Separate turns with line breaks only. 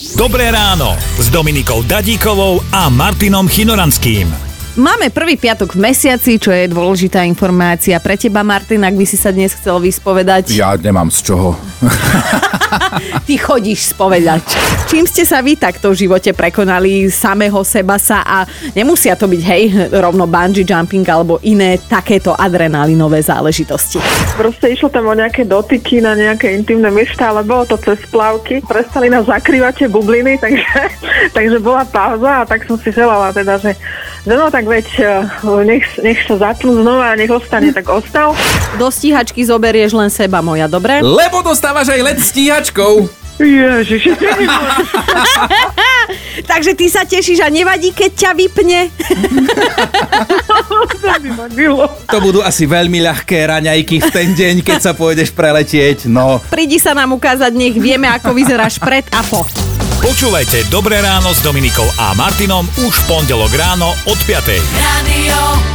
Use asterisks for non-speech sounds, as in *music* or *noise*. Dobré ráno s Dominikou Dadíkovou a Martinom Chinoranským.
Máme prvý piatok v mesiaci, čo je dôležitá informácia pre teba, Martin, ak by si sa dnes chcel vyspovedať.
Ja nemám z čoho.
Ty chodíš spovedať. Čím ste sa vy takto v živote prekonali samého seba sa a nemusia to byť hej, rovno bungee jumping alebo iné takéto adrenalinové záležitosti.
Proste išlo tam o nejaké dotyky na nejaké intimné miesta, ale bolo to cez plavky. Prestali nás zakrývať tie bubliny, *laughs* takže, takže bola pauza a tak som si želala teda, že, že no tak veď eh, nech, nech sa zatnú znova a nech ostane, tak ostal.
Do stíhačky zoberieš len seba, moja, dobre?
Lebo dostávaš aj let stíhačkou.
Ježiš, *laughs*
Takže ty sa tešíš a nevadí, keď ťa vypne.
to by ma bylo.
To budú asi veľmi ľahké raňajky v ten deň, keď sa pôjdeš preletieť. No,
Prídi sa nám ukázať, nech vieme, ako vyzeráš pred a po.
Počúvajte Dobré ráno s Dominikou a Martinom už v pondelok ráno od 5.
Radio